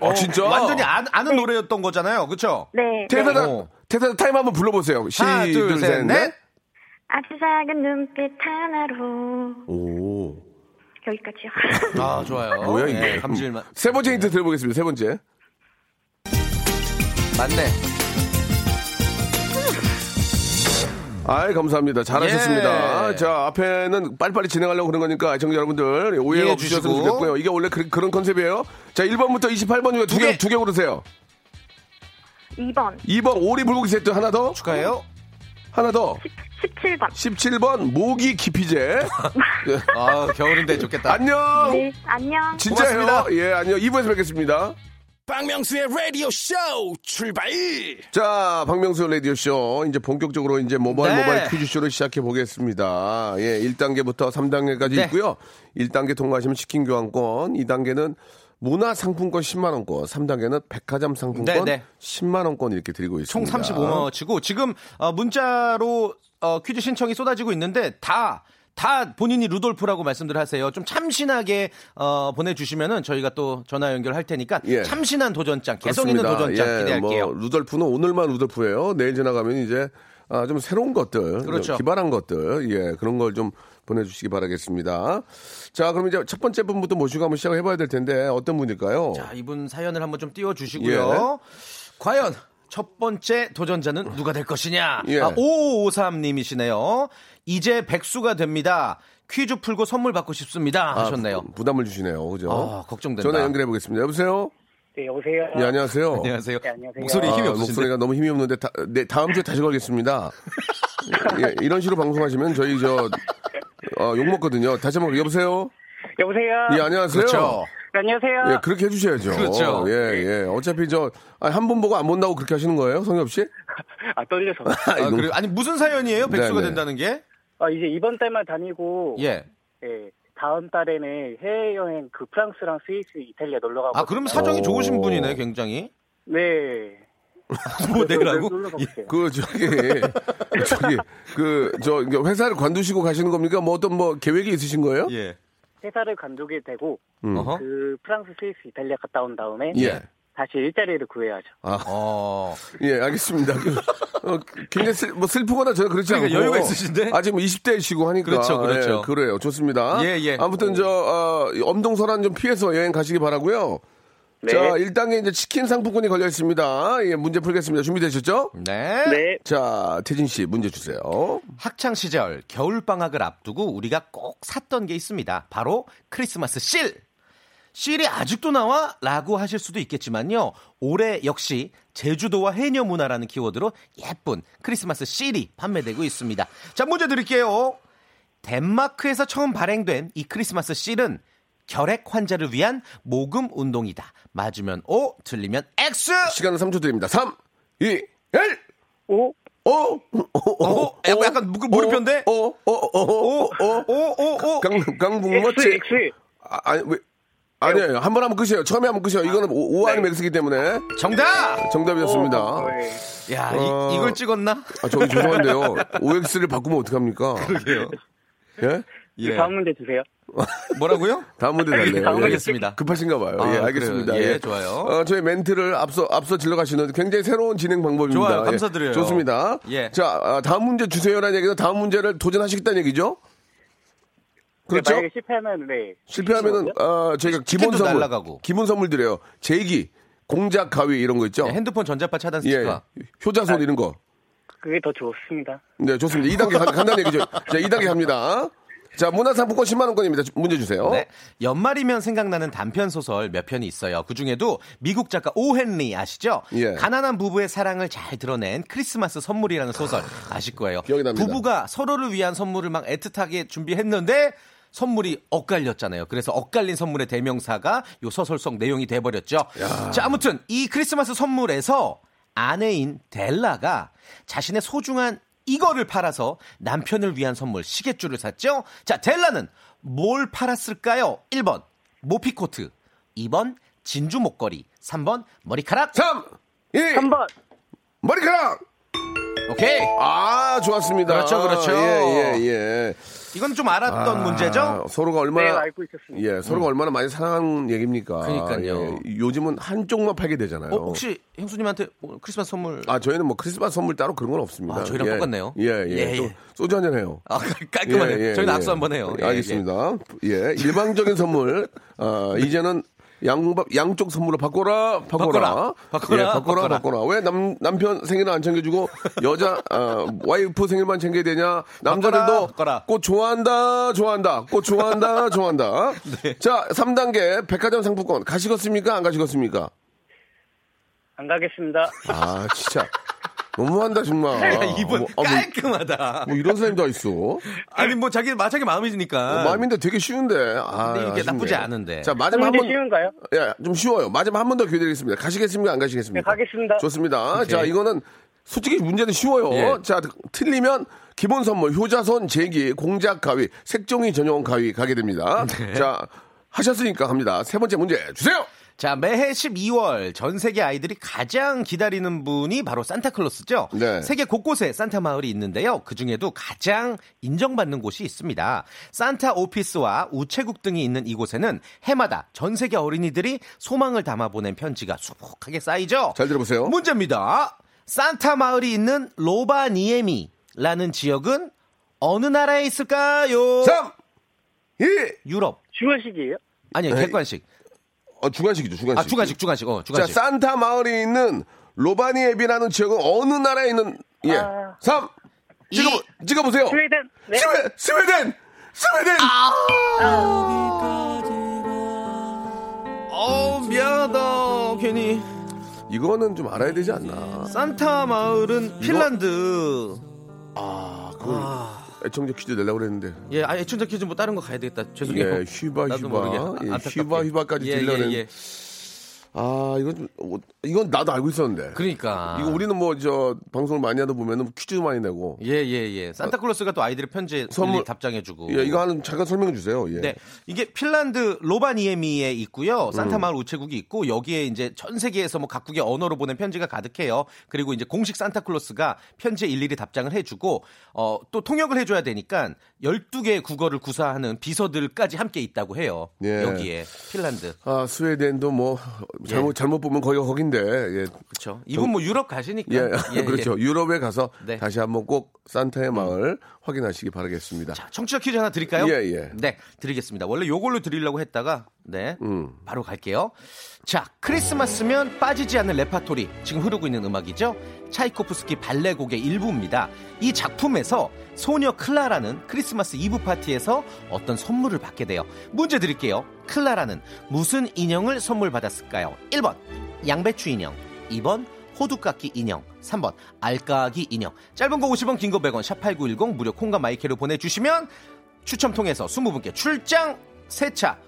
Speaker 3: 어, 진짜? 음.
Speaker 10: 완전히 아, 아는 노래였던 거잖아요. 그렇죠?
Speaker 7: 네.
Speaker 3: 퇴사자,
Speaker 10: 어.
Speaker 3: 퇴사자 타임 한번 불러보세요.
Speaker 10: 하나,
Speaker 3: 시작,
Speaker 10: 둘,
Speaker 3: 둘,
Speaker 10: 셋,
Speaker 3: 셋,
Speaker 10: 넷.
Speaker 3: 넷.
Speaker 7: 아주 작은 눈빛 하나로.
Speaker 3: 오.
Speaker 7: 여기까지요.
Speaker 10: 아, 좋아요.
Speaker 3: 뭐야, 이게? 음.
Speaker 10: 예, 감질만.
Speaker 3: 세 번째 힌트 들어보겠습니다, 세 번째.
Speaker 10: 맞네.
Speaker 3: 아이, 감사합니다. 잘하셨습니다.
Speaker 10: 예.
Speaker 3: 자, 앞에는 빨리빨리 진행하려고 그런 거니까, 시청자 여러분들, 오해
Speaker 10: 이해해
Speaker 3: 없이 주셨으면
Speaker 10: 주시고.
Speaker 3: 좋겠고요. 이게 원래 그, 런 컨셉이에요. 자, 1번부터 28번 중에 두
Speaker 10: 두
Speaker 3: 개,
Speaker 10: 개.
Speaker 3: 두 개 고르세요.
Speaker 7: 2번,
Speaker 3: 2번 오리 불고기 세트 하나 더,
Speaker 10: 축하해요.
Speaker 3: 하나 더.
Speaker 7: 17번.
Speaker 3: 17번 모기 기피제.
Speaker 10: 아, 겨울인데 좋겠다.
Speaker 3: 안녕.
Speaker 7: 네, 안녕.
Speaker 3: 진짜요?
Speaker 10: 고맙습니다.
Speaker 3: 예, 안녕. 2부에서 뵙겠습니다.
Speaker 2: 박명수의 라디오 쇼 출발
Speaker 3: 자, 박명수 라디오 쇼 이제 본격적으로 이제 모바일
Speaker 10: 네.
Speaker 3: 모바일 퀴즈 쇼를 시작해 보겠습니다. 예, 1단계부터 3단계까지
Speaker 10: 네.
Speaker 3: 있고요. 1단계 통과하시면 치킨 교환권, 2단계는 문화 상품권 10만 원권, 3단계는 백화점 상품권
Speaker 10: 네, 네.
Speaker 3: 10만 원권 이렇게 드리고
Speaker 10: 총
Speaker 3: 있습니다.
Speaker 10: 35만 원치고 지금 어, 문자로 어, 퀴즈 신청이 쏟아지고 있는데 다. 다 본인이 루돌프라고 말씀들 하세요. 좀 참신하게 어, 보내주시면은 저희가 또 전화 연결할 테니까
Speaker 3: 예.
Speaker 10: 참신한 도전장, 개성 있는
Speaker 3: 그렇습니다.
Speaker 10: 도전장
Speaker 3: 예,
Speaker 10: 기대할게요.
Speaker 3: 뭐 루돌프는 오늘만 루돌프예요. 내일 지나가면 이제 아, 좀 새로운 것들, 좀
Speaker 10: 그렇죠.
Speaker 3: 기발한 것들, 예 그런 걸 좀 보내주시기 바라겠습니다. 자, 그럼 이제 첫 번째 분부터 모시고 한번 시작해 봐야 될 텐데 어떤 분일까요?
Speaker 10: 자, 이분 사연을 한번 좀 띄워주시고요.
Speaker 3: 예.
Speaker 10: 과연 첫 번째 도전자는 누가 될 것이냐?
Speaker 3: 예.
Speaker 10: 아, 5553님이시네요. 이제 백수가 됩니다. 퀴즈 풀고 선물 받고 싶습니다.
Speaker 3: 아,
Speaker 10: 하셨네요.
Speaker 3: 부- 부담을 주시네요, 그죠?
Speaker 10: 아, 걱정된다.
Speaker 3: 전화 연결해 보겠습니다. 여보세요.
Speaker 5: 네, 여보세요.
Speaker 3: 예, 안녕하세요.
Speaker 10: 안녕하세요.
Speaker 5: 네, 안녕하세요.
Speaker 10: 목소리 힘이
Speaker 3: 아,
Speaker 10: 없으신데.
Speaker 3: 목소리가 너무 힘이 없는데 다, 네, 다음 주에 다시 걸겠습니다. 예, 이런 식으로 방송하시면 저희 저 어, 욕먹거든요. 다시 한번 여보세요.
Speaker 5: 여보세요. 네,
Speaker 3: 예, 안녕하세요.
Speaker 10: 그렇죠.
Speaker 5: 안녕하세요.
Speaker 3: 예, 그렇게 해주셔야죠.
Speaker 10: 그렇죠.
Speaker 3: 예, 예. 어차피 저, 한 번 보고 안 본다고 그렇게 하시는 거예요? 성엽 씨? 그-
Speaker 5: 아 떨려서.
Speaker 10: 아,
Speaker 3: 이놈.
Speaker 10: 그래요? 아니 무슨 사연이에요? 백수가
Speaker 3: 네네.
Speaker 10: 된다는 게?
Speaker 5: 아 이제 이번 달만 다니고
Speaker 10: 예.
Speaker 5: 예, 다음 달에는 해외 여행 그 프랑스랑 스위스, 이탈리아 놀러 가고.
Speaker 10: 아 그럼 사정이
Speaker 3: 오.
Speaker 10: 좋으신 분이네, 굉장히.
Speaker 5: 네.
Speaker 10: 뭐
Speaker 5: 놀러
Speaker 10: 내라고?
Speaker 5: 놀러 가볼게요.
Speaker 3: 그, 저기, 저기, 그, 저, 이제 회사를 관두시고 가시는 겁니까? 뭐 어떤 뭐 계획이 있으신 거예요?
Speaker 10: 예.
Speaker 5: 회사를 간두게 되고
Speaker 3: 음.
Speaker 10: 어허.
Speaker 5: 그 프랑스, 스위스, 이탈리아 갔다 온 다음에
Speaker 3: 예. 아,
Speaker 5: 다시 일자리를 구해야죠.
Speaker 10: 어.
Speaker 3: 예, 알겠습니다. 그, 어, 굉장히 슬, 뭐 슬프거나 저는 그렇지
Speaker 10: 그러니까
Speaker 3: 않고
Speaker 10: 여유가 있으신데?
Speaker 3: 아직 뭐 20대이시고 하니까
Speaker 10: 그렇죠, 그렇죠.
Speaker 3: 예, 그래요, 좋습니다.
Speaker 10: 예, 예.
Speaker 3: 아무튼 저 어, 엄동설한 좀 피해서 여행 가시기 바라고요.
Speaker 5: 네.
Speaker 3: 자, 1단계 이제 치킨 상품권이 걸려 있습니다. 예, 문제 풀겠습니다. 준비되셨죠?
Speaker 10: 네.
Speaker 5: 네.
Speaker 3: 자, 태진 씨 문제 주세요.
Speaker 10: 학창 시절 겨울 방학을 앞두고 우리가 꼭 샀던 게 있습니다. 바로 크리스마스 씰. 씰이 아직도 나와? 라고 하실 수도 있겠지만요. 올해 역시 제주도와 해녀 문화라는 키워드로 예쁜 크리스마스 씰이 판매되고 있습니다. 자, 문제 드릴게요. 덴마크에서 처음 발행된 이 크리스마스 씰은 결핵 환자를 위한 모금 운동이다. 맞으면 O, 틀리면 X.
Speaker 3: 시간은 3초 드립니다. 3, 2, 1.
Speaker 5: 오,
Speaker 3: 오, 오, 오,
Speaker 10: 어, 약간 무- 무릎편데?
Speaker 3: 오, 오, 오, 오, 오, 오,
Speaker 10: 오, 오, 오.
Speaker 3: 강, 강북
Speaker 5: 엑스,
Speaker 3: 멋지.
Speaker 5: 엑스.
Speaker 3: 아, 아니 왜 아니에요. 한 번 하면 끝이에요. 처음에 하면 끝이에요. 이거는 오, 오 아니면 X이기 때문에
Speaker 10: 정답!
Speaker 3: 정답이었습니다.
Speaker 5: 어, 예.
Speaker 10: 야,
Speaker 3: 어.
Speaker 10: 이, 이걸 찍었나?
Speaker 3: 아, 저기 죄송한데요. OX를 바꾸면 어떡합니까?
Speaker 10: 그러게요.
Speaker 3: 예?
Speaker 10: 예.
Speaker 5: 그 다음 문제 주세요.
Speaker 10: 뭐라고요?
Speaker 3: 다음 문제 달래요.
Speaker 10: 다음
Speaker 3: 예.
Speaker 10: 알겠습니다.
Speaker 3: 급하신가 봐요.
Speaker 10: 아,
Speaker 3: 예, 알겠습니다.
Speaker 10: 그래요. 예, 좋아요.
Speaker 3: 어, 저희 멘트를 앞서 앞서 질러 가시는 굉장히 새로운 진행 방법입니다.
Speaker 10: 좋아요.
Speaker 3: 예,
Speaker 10: 감사드려요.
Speaker 3: 좋습니다.
Speaker 10: 예.
Speaker 3: 자, 아, 다음 문제 주세요라는 얘기는 다음 문제를 도전하시겠다는 얘기죠? 그렇죠?
Speaker 5: 만약에 실패하면 네.
Speaker 3: 실패하면은 아, 저희가 기본
Speaker 10: 치킨도
Speaker 3: 선물
Speaker 10: 날라가고.
Speaker 3: 기본 선물 드려요. 제기, 공작 가위 이런 거 있죠?
Speaker 10: 네, 핸드폰 아. 전자파 차단
Speaker 3: 어. 예.
Speaker 10: 스티커.
Speaker 3: 효자손 이런 거.
Speaker 5: 그게 더 좋습니다.
Speaker 3: 네, 좋습니다. 2단계 간, 간단한 얘기죠. 자, 2단계 갑니다. 자, 문화상품권 10만원권입니다. 문제 주세요.
Speaker 10: 네. 연말이면 생각나는 단편 소설 몇 편이 있어요. 그 중에도 미국 작가 오헨리 아시죠?
Speaker 3: 예.
Speaker 10: 가난한 부부의 사랑을 잘 드러낸 크리스마스 선물이라는 소설 아실 거예요.
Speaker 3: 기억이 납니다.
Speaker 10: 부부가 서로를 위한 선물을 막 애틋하게 준비했는데 선물이 엇갈렸잖아요. 그래서 엇갈린 선물의 대명사가 요 소설 속 내용이 돼버렸죠. 자, 아무튼 이 크리스마스 선물에서 아내인 델라가 자신의 소중한 이거를 팔아서 남편을 위한 선물 시계줄을 샀죠. 자, 델라는 뭘 팔았을까요? 1번 모피코트, 2번 진주 목걸이, 3번 머리카락.
Speaker 3: 3, 2,
Speaker 8: 3번.
Speaker 3: 머리카락!
Speaker 10: 오케이.
Speaker 3: 아, 좋았습니다.
Speaker 10: 그렇죠, 그렇죠.
Speaker 3: 예, 예, 예.
Speaker 10: 이건 좀 알았던
Speaker 3: 아,
Speaker 10: 문제죠? 음.
Speaker 3: 서로가
Speaker 5: 네,
Speaker 3: 얼마나
Speaker 5: 알고 있었습니다.
Speaker 3: 예, 서로가 얼마나 많이 사랑한 얘기입니까?
Speaker 10: 그러니까요.
Speaker 3: 예, 요즘은 한쪽만 팔게 되잖아요.
Speaker 10: 어, 혹시 형수님한테 오늘 크리스마스 선물
Speaker 3: 아, 저희는 뭐 크리스마스 선물 따로 그런 건 없습니다.
Speaker 10: 아, 저희랑
Speaker 3: 예.
Speaker 10: 똑같네요.
Speaker 3: 예, 예.
Speaker 10: 예,
Speaker 3: 또
Speaker 10: 예.
Speaker 3: 소주 한잔 해요.
Speaker 10: 아, 깔끔하네요.
Speaker 3: 예, 예,
Speaker 10: 저희는
Speaker 3: 예.
Speaker 10: 악수 한번 해요. 예,
Speaker 3: 알겠습니다. 예, 일방적인 선물. 아, 이제는 양, 양쪽 선물로 바꿔라, 바꿔라.
Speaker 10: 바꿔라, 바꿔라,
Speaker 3: 예, 바꿔라,
Speaker 10: 바꿔라.
Speaker 3: 바꿔라. 왜 남, 남편 생일은 안 챙겨주고, 여자, 아, 와이프 생일만 챙겨야 되냐. 남자들도
Speaker 10: 바꿔라, 바꿔라.
Speaker 3: 꽃 좋아한다, 좋아한다. 꽃 좋아한다, 좋아한다.
Speaker 10: 네.
Speaker 3: 자, 3단계 백화점 상품권. 가시겠습니까? 안 가시겠습니까?
Speaker 5: 안 가겠습니다.
Speaker 3: 아, 진짜. 너무한다, 정말.
Speaker 10: 야, 이분
Speaker 3: 어머, 아, 뭐,
Speaker 10: 깔끔하다.
Speaker 3: 뭐 이런 사람이 다 있어.
Speaker 10: 아니 뭐 자기 마 자기 마음이니까.
Speaker 3: 어, 마음인데 되게 쉬운데. 아,
Speaker 10: 네. 근데 이게
Speaker 3: 아쉽네.
Speaker 10: 나쁘지 않은데.
Speaker 3: 자, 마지막 한
Speaker 5: 문제
Speaker 3: 번.
Speaker 5: 쉬운가요?
Speaker 3: 예, 좀 쉬워요. 마지막 한 번 더 기회 드리겠습니다. 가시겠습니까? 안 가시겠습니까?
Speaker 5: 네, 가겠습니다.
Speaker 3: 좋습니다. 자, 이거는 솔직히 문제는 쉬워요.
Speaker 10: 예.
Speaker 3: 자, 틀리면 기본 선물 효자손 제기 공작 가위 색종이 전용 가위 가게 됩니다.
Speaker 10: 네.
Speaker 3: 자, 하셨으니까 갑니다. 세 번째 문제 주세요.
Speaker 10: 자 매해 12월 전 세계 아이들이 가장 기다리는 분이 바로 산타클로스죠.
Speaker 3: 네.
Speaker 10: 세계 곳곳에 산타 마을이 있는데요. 그 중에도 가장 인정받는 곳이 있습니다. 산타 오피스와 우체국 등이 있는 이곳에는 해마다 전 세계 어린이들이 소망을 담아 보낸 편지가 수북하게 쌓이죠.
Speaker 3: 잘 들어보세요.
Speaker 10: 문제입니다. 산타 마을이 있는 로바니에미라는 지역은 어느 나라에 있을까요?
Speaker 3: 3, 2,
Speaker 10: 유럽.
Speaker 5: 중간식이에요?
Speaker 10: 아니요,
Speaker 3: 에이.
Speaker 10: 객관식.
Speaker 3: 어, 주간식이죠, 주간식.
Speaker 10: 아, 주간식, 주간식. 어,
Speaker 3: 네. 자,
Speaker 10: 주간식.
Speaker 3: 산타 마을이 있는 로바니에비라는 지역은 어느 나라에 있는, 예. 삼 찍어, 찍어보세요.
Speaker 5: 아. 스웨덴. 네.
Speaker 3: 스웨, 스웨덴! 스웨덴!
Speaker 10: 어, 미안하다. 괜히.
Speaker 3: 이거는 좀 알아야 되지 않나.
Speaker 10: 산타 마을은 핀란드.
Speaker 3: 아, 그걸 애청자 퀴즈 내려고 그랬는데.
Speaker 10: 예, 아, 애춘자 퀴즈 뭐 다른 거 가야 되겠다. 죄송해요.
Speaker 3: 예, 휘바,
Speaker 10: 나도
Speaker 3: 휘바.
Speaker 10: 모르게.
Speaker 3: 예,
Speaker 10: 안타깝게.
Speaker 3: 휘바, 휘바까지
Speaker 10: 예,
Speaker 3: 들려는-
Speaker 10: 예, 예.
Speaker 3: 아, 이건 좀, 어, 이건 나도 알고 있었는데.
Speaker 10: 그러니까.
Speaker 3: 이거 우리는 뭐, 저, 방송을 많이 하다 보면은 퀴즈도 많이 내고.
Speaker 10: 예, 예, 예. 산타클로스가 또 아이들의 편지에
Speaker 3: 선물-
Speaker 10: 선물 답장해주고.
Speaker 3: 예, 이거 하는 잠깐 설명해 주세요. 예.
Speaker 10: 네. 이게 핀란드 로바니에미에
Speaker 3: 음.
Speaker 10: 있고요. 산타마을 우체국이 있고 여기에 이제 전 세계에서 뭐 각국의 언어로 보낸 편지가 가득해요. 그리고 이제 공식 산타클로스가 편지에 일일이 답장을 해 주고 어또 통역을 해 줘야 되니까 12개의 국어를 구사하는 비서들까지 함께 있다고 해요.
Speaker 3: 예.
Speaker 10: 여기에 핀란드.
Speaker 3: 아, 스웨덴도 뭐, 잘못, 잘못 보면 거기가 거긴데, 예.
Speaker 10: 그렇죠. 이분 뭐 유럽 가시니까.
Speaker 3: 예, 음. 그렇죠. 유럽에 가서
Speaker 10: 네.
Speaker 3: 다시 한번 꼭 산타의 마을 확인하시기 바라겠습니다.
Speaker 10: 자, 청취자 퀴즈 하나 드릴까요?
Speaker 3: 예, 예.
Speaker 10: 네, 드리겠습니다. 원래 요걸로 드리려고 했다가, 네,
Speaker 3: 음.
Speaker 10: 바로 갈게요. 자, 크리스마스면 빠지지 않는 레파토리, 지금 흐르고 있는 음악이죠? 차이코프스키 발레곡의 일부입니다. 이 작품에서 소녀 클라라는 크리스마스 이브 파티에서 어떤 선물을 받게 돼요. 문제 드릴게요. 클라라는 무슨 인형을 선물 받았을까요? 1번, 양배추 인형. 2번, 호두깎이 인형 3번 알까기 인형 짧은 거 50원 긴 거 100원 샵8910 무료 콩과 마이크로 보내주시면 추첨 통해서 20분께 출장 세차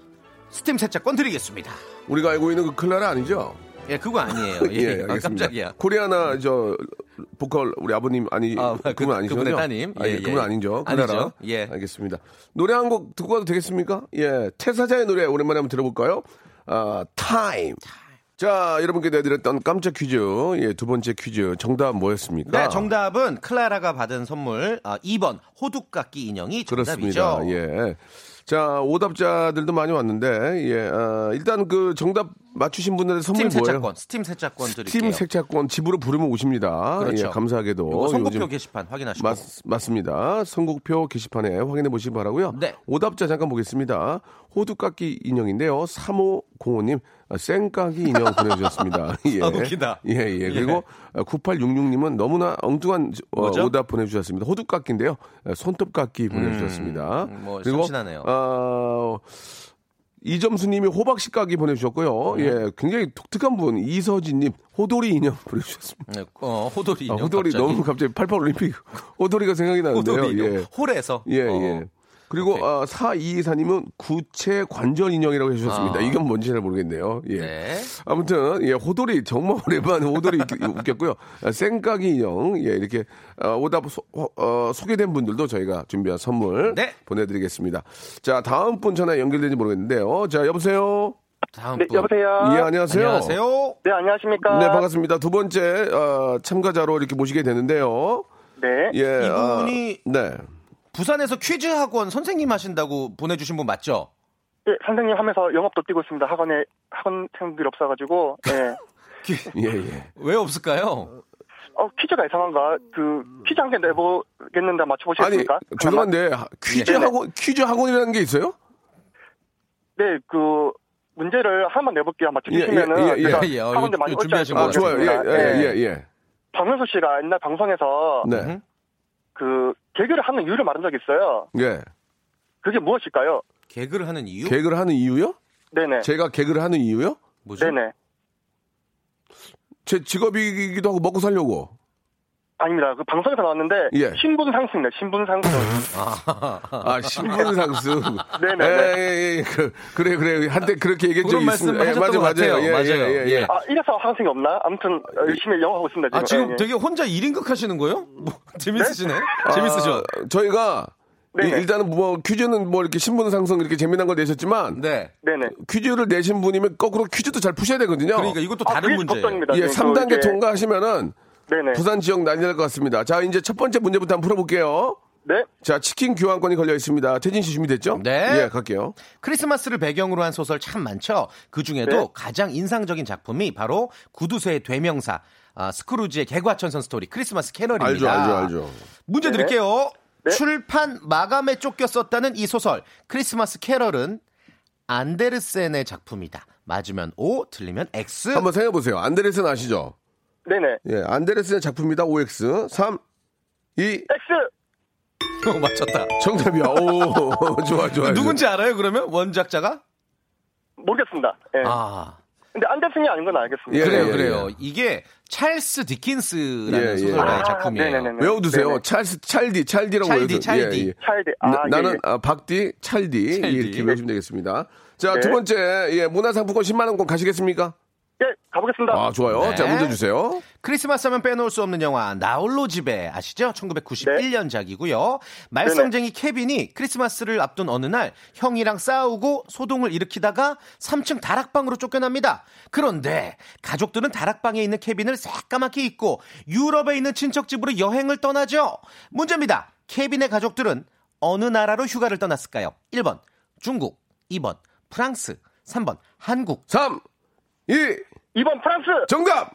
Speaker 10: 스팀 세차권 드리겠습니다.
Speaker 3: 우리가 알고 있는 그 클라라 아니죠?
Speaker 10: 예, 그거 아니에요. 예, 아, 깜짝이야.
Speaker 3: 코리아나 저 보컬 우리 아버님 아니
Speaker 10: 아, 그-
Speaker 3: 그분 아니죠?
Speaker 10: 그분의 따님.
Speaker 3: 아, 예,
Speaker 10: 예, 예.
Speaker 3: 그분 아니죠? 클라라.
Speaker 10: 아니죠. 예.
Speaker 3: 알겠습니다. 노래 한 곡 듣고 가도 되겠습니까? 예, 태사자의 노래 오랜만에 한번 들어볼까요? 아, 타임. 자, 여러분께 내드렸던 깜짝 퀴즈, 예, 두 번째 퀴즈 정답 뭐였습니까?
Speaker 10: 네, 정답은 클라라가 받은 선물 아, 2번 호두깎이 인형이
Speaker 3: 그렇습니다.
Speaker 10: 정답이죠.
Speaker 3: 예. 자, 오답자들도 많이 왔는데, 예, 아, 일단 그 정답 맞추신 분들의 선물
Speaker 10: 스팀
Speaker 3: 뭐예요?
Speaker 10: 세차권, 스팀 세차권 드릴게요.
Speaker 3: 팀 색채권 집으로 부르면 오십니다.
Speaker 10: 그렇죠.
Speaker 3: 예, 감사하게도.
Speaker 10: 요거 선곡표
Speaker 3: 요즘
Speaker 10: 게시판 확인하시고.
Speaker 3: 맞, 맞습니다. 선곡표 게시판에 확인해 보시기 바라고요.
Speaker 10: 네.
Speaker 3: 오답자 잠깐 보겠습니다. 호두깎이 인형인데요. 3 5 공호님 아, 쌩까기 인형 보내주셨습니다. 예.
Speaker 10: 아, 웃기다.
Speaker 3: 예, 예. 그리고 9866님은 너무나 엉뚱한 어,
Speaker 10: 뭐죠?
Speaker 3: 오답 보내주셨습니다. 호두깎기인데요. 아, 손톱깎기 보내주셨습니다.
Speaker 10: 뭐
Speaker 3: 그리고
Speaker 10: 참신하네요.
Speaker 3: 어, 이점수님이 호박씨 까기 보내주셨고요.
Speaker 10: 네.
Speaker 3: 예, 굉장히 독특한 분 이서진님 호돌이 인형 보내주셨습니다.
Speaker 10: 네, 어, 호돌이
Speaker 3: 아,
Speaker 10: 인형.
Speaker 3: 호돌이
Speaker 10: 갑자기.
Speaker 3: 너무 갑자기 88올림픽 호돌이가 생각이 나는데요.
Speaker 10: 호돌이 인형.
Speaker 3: 예.
Speaker 10: 홀에서.
Speaker 3: 예,
Speaker 10: 어.
Speaker 3: 예. 그리고 아, 4224님은 구체 관절 인형이라고 해주셨습니다.
Speaker 10: 아.
Speaker 3: 이건 뭔지 잘 모르겠네요. 예.
Speaker 10: 네.
Speaker 3: 아무튼 예, 호돌이 정말 오랜만에 호돌이 웃- 웃겼고요. 아, 쌩까기 인형 예, 이렇게 아, 오답 소, 어, 소개된 분들도 저희가 준비한 선물
Speaker 10: 네.
Speaker 3: 보내드리겠습니다. 자 다음 분 전화 연결되는지 모르겠는데요. 자 여보세요.
Speaker 10: 다음
Speaker 5: 네,
Speaker 10: 분.
Speaker 5: 여보세요.
Speaker 3: 예 안녕하세요.
Speaker 10: 안녕하세요.
Speaker 5: 네, 안녕하십니까?
Speaker 3: 네 반갑습니다. 두 번째 어, 참가자로 이렇게 모시게 되는데요.
Speaker 5: 네.
Speaker 3: 예
Speaker 10: 이분이-
Speaker 3: 아, 네.
Speaker 10: 부산에서 퀴즈 학원 선생님 하신다고 보내주신 분 맞죠?
Speaker 5: 예, 선생님 하면서 영업도 뛰고 있습니다. 학원에 학원생들이 없어가지고 예.
Speaker 3: 예 예.
Speaker 10: 왜 없을까요?
Speaker 5: 어 퀴즈가 이상한가? 그 퀴즈 한 개 내보겠는데
Speaker 3: 음. 아니
Speaker 5: 맞춰보시겠습니까? 하나만?
Speaker 3: 죄송한데 하- 퀴즈
Speaker 10: 예.
Speaker 5: 네.
Speaker 3: 학원 퀴즈 학원이라는 게 있어요?
Speaker 5: 네, 그 문제를 하나만 내볼게요.
Speaker 3: 예, 예,
Speaker 5: 맞춰주시면은
Speaker 3: 예,
Speaker 5: 제가
Speaker 10: 예. 어,
Speaker 5: 학원대
Speaker 10: 이거
Speaker 5: 많이 올줄
Speaker 10: 준비하신
Speaker 3: 아
Speaker 10: 것
Speaker 3: 좋아요. 예예예 예. 예, 예.
Speaker 5: 박명수 씨가 옛날
Speaker 10: 어.
Speaker 5: 방송에서
Speaker 3: 네.
Speaker 5: 그 개그를 하는 이유를 말한 적이 있어요.
Speaker 3: 예.
Speaker 5: 그게 무엇일까요?
Speaker 10: 개그를 하는 이유?
Speaker 3: 개그를 하는 이유요?
Speaker 5: 네네.
Speaker 3: 제가 개그를 하는 이유요?
Speaker 10: 뭐죠?
Speaker 5: 네네.
Speaker 3: 제 직업이기도 하고 먹고 살려고.
Speaker 5: 아닙니다. 그 방송에서 나왔는데
Speaker 3: 예.
Speaker 5: 신분 상승이네. 신분 상승.
Speaker 10: 어.
Speaker 3: 아, 신분 상승.
Speaker 5: 네네네.
Speaker 3: 예, 예, 예. 그, 그래, 그래. 한때 그렇게 얘기한 적이
Speaker 10: 그런 말씀
Speaker 3: 있습니다. 예,
Speaker 10: 하셨던 것 같아요.
Speaker 3: 예,
Speaker 10: 맞아요.
Speaker 3: 예, 예, 예.
Speaker 10: 예.
Speaker 5: 아 이래서 상승이 없나? 아무튼 열심히 영어하고
Speaker 10: 아,
Speaker 5: 있습니다. 지금.
Speaker 10: 지금
Speaker 5: 예, 예.
Speaker 10: 되게 혼자 1인극 하시는 거예요? 뭐, 재밌으시네. 재밌으죠?
Speaker 3: 아, 저희가
Speaker 5: 네네.
Speaker 3: 일- 일단은 뭐 퀴즈는 뭐 이렇게 신분 상승 이렇게 재미난 걸 내셨지만
Speaker 10: 네.
Speaker 5: 네네.
Speaker 3: 퀴즈를 내신 분이면 거꾸로 퀴즈도 잘 푸셔야 되거든요.
Speaker 10: 그러니까 이것도
Speaker 5: 아,
Speaker 10: 다른
Speaker 5: 그게
Speaker 10: 문제예요.
Speaker 5: 걱정입니다.
Speaker 3: 예,
Speaker 5: 지금 또
Speaker 3: 3단계
Speaker 5: 이게.
Speaker 3: 통과하시면은
Speaker 5: 네네.
Speaker 3: 부산 지역 난리 날 것 같습니다. 자, 이제 첫 번째 문제부터 한번 풀어볼게요.
Speaker 5: 네.
Speaker 3: 자, 치킨 교환권이 걸려 있습니다. 태진 씨 준비됐죠?
Speaker 10: 네.
Speaker 3: 예, 갈게요.
Speaker 10: 크리스마스를 배경으로 한 소설 참 많죠. 그 중에도
Speaker 5: 네.
Speaker 10: 가장 인상적인 작품이 바로 구두쇠의 되명사 아, 스크루지의 개과천선 스토리 크리스마스 캐럴입니다.
Speaker 3: 알죠, 알죠, 알죠.
Speaker 10: 문제
Speaker 5: 네.
Speaker 10: 드릴게요.
Speaker 5: 네.
Speaker 10: 출판 마감에 쫓겼었다는 이 소설 크리스마스 캐럴은 안데르센의 작품이다. 맞으면 O, 틀리면 X.
Speaker 3: 한번 생각해보세요. 안데레센 아시죠?
Speaker 5: 네네.
Speaker 3: 예, 안데레센의 작품이다. OX. 3, 2,
Speaker 5: X.
Speaker 10: 어, 맞췄다.
Speaker 3: 정답이야. 오, 좋아, 좋아.
Speaker 10: 어, 누군지 알아요? 그러면 원작자가?
Speaker 5: 모르겠습니다. 예.
Speaker 10: 아.
Speaker 5: 근데 안데슨이 아닌 건
Speaker 3: 예,
Speaker 5: 알겠습니다.
Speaker 10: 그래요,
Speaker 3: 예,
Speaker 10: 그래요.
Speaker 3: 예.
Speaker 10: 이게 찰스 디킨스라는
Speaker 3: 예, 예.
Speaker 10: 소설가의
Speaker 5: 아,
Speaker 10: 작품이에요.
Speaker 5: 네네네네.
Speaker 3: 외워두세요.
Speaker 5: 네네.
Speaker 3: 찰스, 찰디, 찰디라고
Speaker 10: 찰디,
Speaker 3: 외워두세요.
Speaker 10: 찰디.
Speaker 5: 차일드. 아,
Speaker 3: 나-
Speaker 5: 예,
Speaker 3: 나는
Speaker 5: 예.
Speaker 3: 아, 박디, 찰디,
Speaker 10: 찰디.
Speaker 3: 이렇게 외우시면 되겠습니다. 자,
Speaker 5: 네.
Speaker 3: 두 번째, 예, 문화상품권 10만원권 가시겠습니까?
Speaker 5: 예, 가보겠습니다.
Speaker 3: 아, 좋아요.
Speaker 10: 네.
Speaker 3: 자, 문제 주세요.
Speaker 10: 크리스마스 하면 빼놓을 수 없는 영화 나홀로 집에 아시죠? 네. 1991년작이고요. 말썽쟁이 케빈이 크리스마스를 앞둔 어느 날 형이랑 싸우고 소동을 일으키다가 3층 다락방으로 쫓겨납니다. 그런데 가족들은 다락방에 있는 케빈을 새까맣게 잊고 유럽에 있는 친척 집으로 여행을 떠나죠. 문제입니다. 케빈의 가족들은 어느 나라로 휴가를 떠났을까요? 1번 중국, 2번 프랑스, 3번 한국.
Speaker 3: 3, 2,
Speaker 5: 2번 프랑스.
Speaker 3: 정답!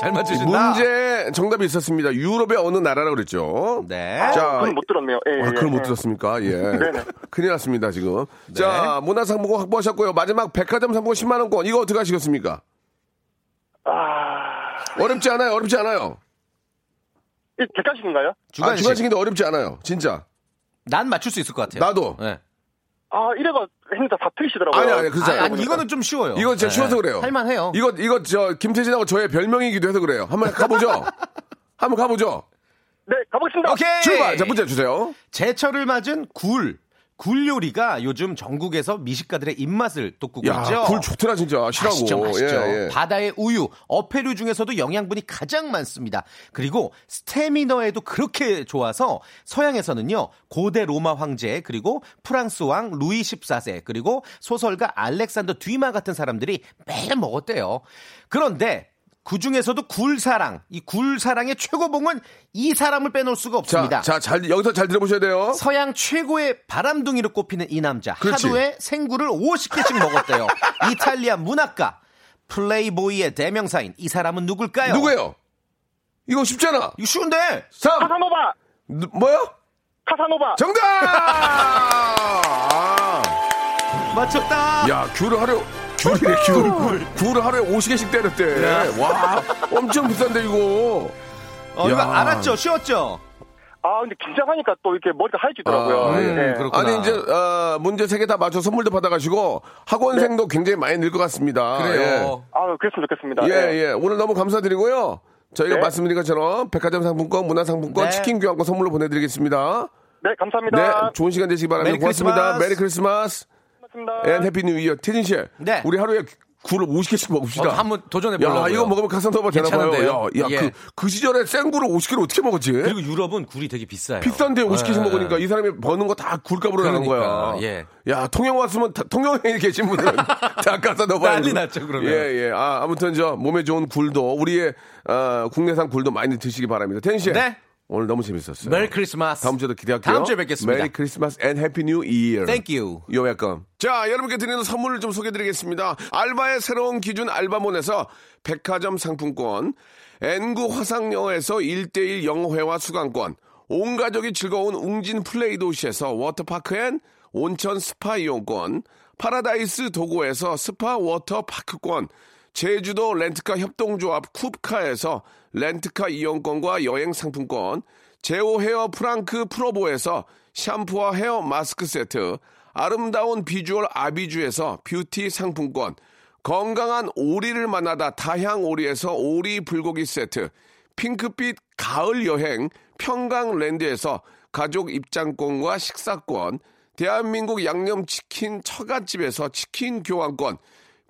Speaker 10: 잘 맞추신다.
Speaker 3: 문제 정답이 있었습니다. 유럽의 어느 나라라고 그랬죠?
Speaker 10: 네.
Speaker 5: 아,
Speaker 3: 자,
Speaker 5: 그건 못 들었네요. 예, 예,
Speaker 3: 아, 그걸
Speaker 5: 예.
Speaker 3: 못 들었습니까? 예. 큰일 났습니다, 지금.
Speaker 10: 네.
Speaker 3: 자, 문화상품권 확보하셨고요. 마지막 백화점 상품권 10만원권. 이거 어떻게 하시겠습니까?
Speaker 5: 아,
Speaker 3: 어렵지 않아요, 어렵지 않아요.
Speaker 5: 이 객관식인가요?
Speaker 3: 아,
Speaker 10: 주관식.
Speaker 3: 주관식인데 어렵지 않아요. 진짜.
Speaker 10: 난 맞출 수 있을 것 같아요.
Speaker 3: 나도.
Speaker 10: 네.
Speaker 5: 아, 이래가 행사 다 틀리시더라고요.
Speaker 3: 아니, 아니, 그렇지
Speaker 10: 아니,
Speaker 3: 않아요.
Speaker 10: 아니, 이거는 좀 쉬워요.
Speaker 3: 이거 진짜
Speaker 10: 네.
Speaker 3: 쉬워서 그래요.
Speaker 10: 할만해요.
Speaker 3: 이거, 이거 저, 김태진하고 저의 별명이기도 해서 그래요. 한번 가보죠. 한번 가보죠.
Speaker 5: 네, 가보겠습니다.
Speaker 10: 오케이.
Speaker 3: 출발! 자, 문제 주세요.
Speaker 10: 제철을 맞은 굴. 굴 요리가 요즘 전국에서 미식가들의 입맛을 돋구고
Speaker 3: 야,
Speaker 10: 있죠.
Speaker 3: 굴 좋더라, 진짜. 싫라고
Speaker 10: 맛있죠, 맛있죠.
Speaker 3: 예, 예.
Speaker 10: 바다의 우유, 어패류 중에서도 영양분이 가장 많습니다. 그리고 스테미너에도 그렇게 좋아서 서양에서는요 고대 로마 황제 그리고 프랑스 왕 루이 14세 그리고 소설가 알렉산더 뒤마 같은 사람들이 매일 먹었대요. 그런데 그 중에서도 굴사랑 이 굴사랑의 최고봉은 이 사람을 빼놓을 수가 없습니다.
Speaker 3: 자, 자, 잘, 여기서 잘 들어보셔야 돼요.
Speaker 10: 서양 최고의 바람둥이로 꼽히는 이 남자
Speaker 3: 그렇지.
Speaker 10: 하루에 생굴을 50개씩 먹었대요. 이탈리아 문학가 플레이보이의 대명사인 이 사람은 누굴까요?
Speaker 3: 누구예요? 이거 쉽잖아.
Speaker 10: 이거 쉬운데
Speaker 3: 3,
Speaker 5: 카사노바.
Speaker 3: 뭐요?
Speaker 5: 카사노바.
Speaker 3: 정답! 아,
Speaker 10: 맞췄다.
Speaker 3: 야, 귤을 하루 귤이래 귤. 귤을 하루에 50개씩 때렸대.
Speaker 10: 야.
Speaker 3: 와, 엄청 비싼데 이거.
Speaker 10: 어, 이거
Speaker 3: 야.
Speaker 10: 알았죠? 쉬웠죠?
Speaker 5: 아 근데 긴장하니까 또 이렇게 머리가 하얘지더라고요.
Speaker 3: 아,
Speaker 5: 예.
Speaker 10: 음, 그렇구나.
Speaker 3: 아니 이제 어, 문제 세 개 다 맞춰 선물도 받아가시고 학원생도 굉장히 많이 늘 것 같습니다.
Speaker 10: 네. 그래요.
Speaker 5: 아 그랬으면 좋겠습니다.
Speaker 3: 예. 예, 예. 오늘 너무 감사드리고요. 저희가
Speaker 5: 네.
Speaker 3: 말씀드린 것처럼 백화점 상품권, 문화 상품권,
Speaker 10: 네.
Speaker 3: 치킨 교환권 선물로 보내드리겠습니다.
Speaker 5: 네
Speaker 3: 네,
Speaker 5: 감사합니다.
Speaker 3: 좋은 시간 되시기 바랍니다.
Speaker 10: 메리
Speaker 3: 고맙습니다.
Speaker 10: 크리스마스.
Speaker 3: 메리 크리스마스.
Speaker 5: 고맙습니다.
Speaker 3: 앤 해피 뉴 이어. 티진 씨.
Speaker 10: 네.
Speaker 3: 우리 하루에 굴을 50개씩 먹읍시다.
Speaker 10: 저도 한번 도전해보려고요.
Speaker 3: 야, 이거 먹으면 가산도가 되나봐요. 야,
Speaker 10: 괜찮은데요?
Speaker 3: 야
Speaker 10: 예.
Speaker 3: 그, 그 시절에 생굴을 50개를 어떻게 먹었지?
Speaker 10: 그리고 유럽은 굴이 되게 비싸요.
Speaker 3: 비싼데 50개씩
Speaker 10: 예.
Speaker 3: 먹으니까 이 사람이 버는 거 다 굴값으로 나간
Speaker 10: 그러니까,
Speaker 3: 거야.
Speaker 10: 예.
Speaker 3: 야, 통영 왔으면 다- 통영에 계신 분들은 다 갖다 넣어봐야
Speaker 10: 난리 났죠, 그러면.
Speaker 3: 예, 예. 아, 아무튼 저 몸에 좋은 굴도 우리의 어, 국내산 굴도 많이 드시기 바랍니다. 텐 씨.
Speaker 10: 네.
Speaker 3: 오늘 너무 재밌었어요.
Speaker 10: 메리 크리스마스.
Speaker 3: 다음 주에도 기대할게요.
Speaker 10: 다음 주에 뵙겠습니다.
Speaker 3: 메리 크리스마스 앤 해피 뉴 이어.
Speaker 10: Thank you.
Speaker 3: 요 약간. 자, 여러분께 드리는 선물을 좀 소개드리겠습니다. 알바의 새로운 기준 알바몬에서 백화점 상품권, N구 화상영어에서 1대1 영어회화 수강권, 온 가족이 즐거운 웅진 플레이 도시에서 워터파크 앤 온천 스파 이용권, 파라다이스 도고에서 스파 워터파크권, 제주도 렌트카 협동조합 쿱카에서 렌트카 이용권과 여행 상품권, 제오 헤어 프랑크 프로보에서 샴푸와 헤어 마스크 세트, 아름다운 비주얼 아비주에서 뷰티 상품권, 건강한 오리를 만나다 다향 오리에서 오리 불고기 세트, 핑크빛 가을 여행 평강랜드에서 가족 입장권과 식사권, 대한민국 양념치킨 처갓집에서 치킨 교환권,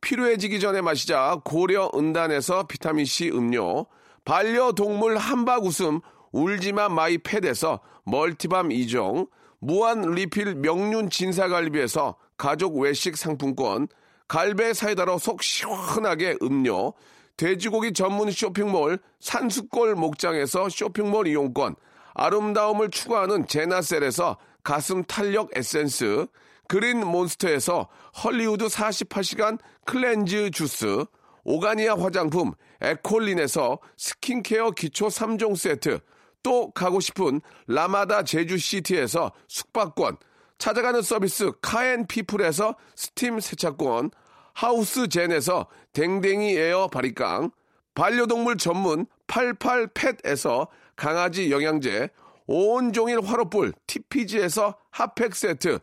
Speaker 3: 필요해지기 전에 마시자 고려 은단에서 비타민C 음료, 반려동물 한박 웃음 울지마 마이 팻에서 멀티밤 2종, 무한 리필 명륜 진사갈비에서 가족 외식 상품권, 갈배 사이다로 속 시원하게 음료, 돼지고기 전문 쇼핑몰 산수골 목장에서 쇼핑몰 이용권, 아름다움을 추구하는 제나셀에서 가슴 탄력 에센스, 그린 몬스터에서 헐리우드 48시간 클렌즈 주스, 오가니아 화장품 에콜린에서 스킨케어 기초 3종 세트, 또 가고 싶은 라마다 제주시티에서 숙박권, 찾아가는 서비스 카앤피플에서 스팀 세차권, 하우스젠에서 댕댕이 에어 바리깡, 반려동물 전문 88팻에서 강아지 영양제, 온종일 화로불 TPG에서 핫팩 세트,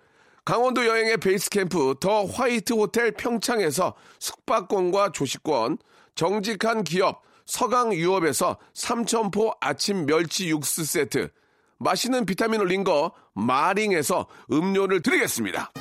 Speaker 3: 강원도 여행의 베이스캠프 더 화이트 호텔 평창에서 숙박권과 조식권, 정직한 기업 서강유업에서 삼천포 아침 멸치 육수 세트, 맛있는 비타민 올린 거 마링에서 음료를 드리겠습니다.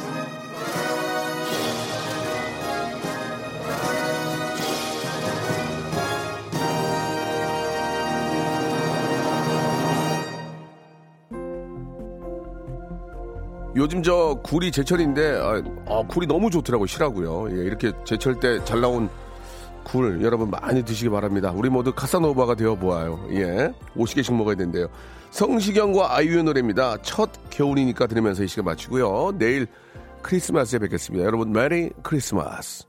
Speaker 3: 요즘 저 굴이 제철인데 아, 어, 굴이 너무 좋더라고요 실하고요 예, 이렇게 제철 때 잘 나온 굴 여러분 많이 드시기 바랍니다 우리 모두 카사노바가 되어보아요 예 50개씩 먹어야 된대요 성시경과 아이유의 노래입니다 첫 겨울이니까 들으면서 이 시간 마치고요 내일 크리스마스에 뵙겠습니다 여러분 메리 크리스마스